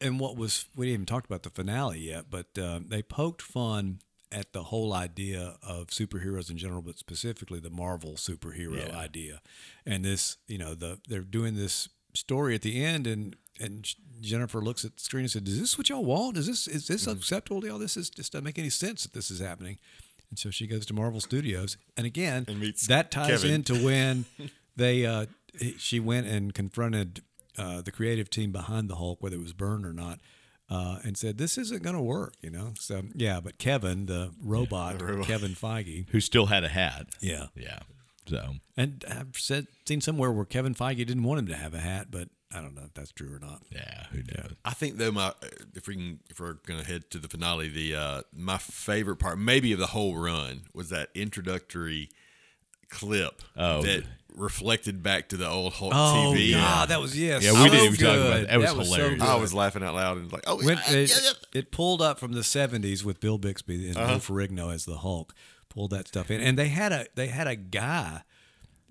Speaker 3: and what was we didn't even talk about the finale yet, but um, they poked fun at the whole idea of superheroes in general, but specifically the Marvel superhero idea, and this, you know, the they're doing this story at the end and. And Jennifer looks at the screen and said, "Is this what y'all want? Is this is
Speaker 4: Mm-hmm.
Speaker 3: this acceptable to y'all? This is just doesn't make any sense that this is happening." And so she goes to Marvel Studios, and again,
Speaker 4: And meets
Speaker 3: that ties
Speaker 4: Kevin.
Speaker 3: into when they uh, he- she went and confronted uh, the creative team behind the Hulk, whether it was Byrne or not, uh, and said, "This isn't going to work," you know. So yeah, but Kevin, the robot, Kevin Feige,
Speaker 2: who still had a hat.
Speaker 3: yeah,
Speaker 2: Yeah. So
Speaker 3: and I've said seen somewhere where Kevin Feige didn't want him to have a hat, but I don't know if that's true or not.
Speaker 2: yeah, who knows?
Speaker 4: I think though my if we can if we're gonna head to the finale, the uh, my favorite part maybe of the whole run was that introductory clip
Speaker 2: Oh.
Speaker 4: that reflected back to the old Hulk
Speaker 3: Oh
Speaker 4: TV.
Speaker 3: God, that was yes.
Speaker 2: Yeah, we didn't
Speaker 3: so
Speaker 2: even talk about
Speaker 3: good.
Speaker 2: that. That was hilarious.
Speaker 4: I was laughing out loud and like, oh,
Speaker 3: Went-
Speaker 4: yeah,
Speaker 3: it, Uh-huh.
Speaker 4: yeah, yeah.
Speaker 3: it pulled up from the '70s with Bill Bixby and Lou Ferrigno as the Hulk. Pulled that stuff in, and they had a they had a guy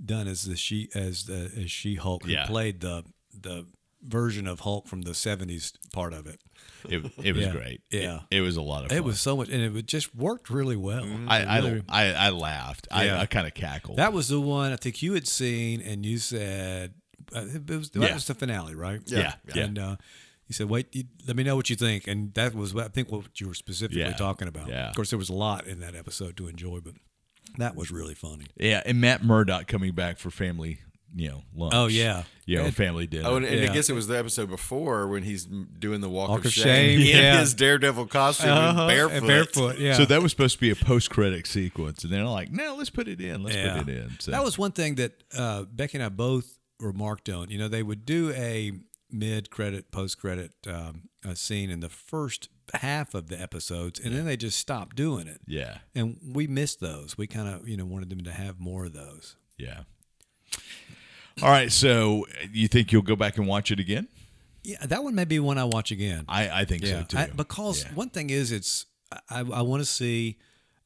Speaker 3: done as the she as the as She Hulk who
Speaker 2: Yeah.
Speaker 3: played the the version of Hulk from the '70s part of it.
Speaker 2: It, it was
Speaker 3: Yeah.
Speaker 2: great.
Speaker 3: Yeah.
Speaker 2: It, it was a lot of fun.
Speaker 3: It was so much, and it would- just worked really well.
Speaker 2: I I,
Speaker 3: It really-
Speaker 2: I, I laughed.
Speaker 3: Yeah.
Speaker 2: I, I kind of cackled.
Speaker 3: that was the one I think you had seen, and you said uh, it was, that
Speaker 2: Yeah.
Speaker 3: was the finale, right?
Speaker 2: yeah.
Speaker 4: Yeah.
Speaker 2: Yeah.
Speaker 3: And uh, he said, "Wait, you, let me know what you think." And that was, what- I think, what you were specifically
Speaker 2: Yeah.
Speaker 3: talking about.
Speaker 2: Yeah.
Speaker 3: Of course, there was a lot in that episode to enjoy, but that was really funny.
Speaker 2: Yeah, and Matt Murdock coming back for family, you know, lunch.
Speaker 3: Oh, yeah.
Speaker 2: you know,
Speaker 3: And-
Speaker 2: family dinner.
Speaker 4: Oh, and, and
Speaker 3: Yeah.
Speaker 4: I guess it was the episode before when he's m- doing the walk,
Speaker 3: Walk
Speaker 4: of,
Speaker 3: of shame,
Speaker 4: shame, in
Speaker 3: yeah. Uh-huh.
Speaker 4: his daredevil costume, and barefoot.
Speaker 3: And barefoot, yeah.
Speaker 2: So that was supposed to be a post-credit sequence, and they're like, "No, let's put it in. Let's
Speaker 3: Yeah.
Speaker 2: put it in." So
Speaker 3: That was one thing that uh, Becky and I both remarked on. You know, they would do a mid-credit, post-credit um, a scene in the first half of the episodes, and then they just stopped doing it.
Speaker 2: yeah,
Speaker 3: And we missed those. We kind of, you know, wanted them to have more of those.
Speaker 2: yeah. All right, so uh, you think you'll go back and watch it again?
Speaker 3: Yeah, that one may be one I watch again.
Speaker 2: I, I think so too.
Speaker 3: I- because
Speaker 2: Yeah.
Speaker 3: one thing is, it's I, I want to see.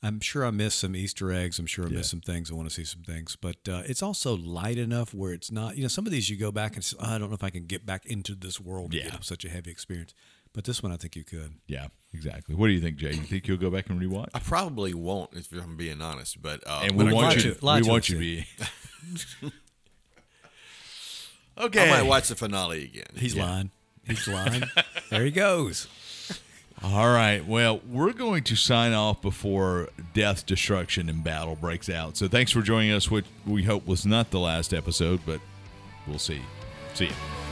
Speaker 3: I'm sure I missed some Easter eggs. I'm sure I missed some things. I want to see some things, but uh, it's also light enough where it's not. You know, some of these you go back and say, oh, I don't know if I can get back into this world. To
Speaker 2: Yeah.
Speaker 3: get up such a heavy experience, but this one I think you could.
Speaker 2: yeah, exactly. What do you think, Jay? You think you'll go back and rewatch?
Speaker 4: I probably won't, if I'm being honest. But uh,
Speaker 2: And
Speaker 4: but
Speaker 2: we
Speaker 4: I
Speaker 2: want
Speaker 4: could.
Speaker 2: you.
Speaker 3: lie
Speaker 2: we
Speaker 3: to
Speaker 2: want
Speaker 3: us,
Speaker 2: you to be. okay.
Speaker 4: I might watch the finale again.
Speaker 3: He's lying. He's lying. there he goes.
Speaker 2: All right. Well, we're going to sign off before death, destruction, and battle breaks out. So thanks for joining us, which we hope was not the last episode, but we'll see. See you.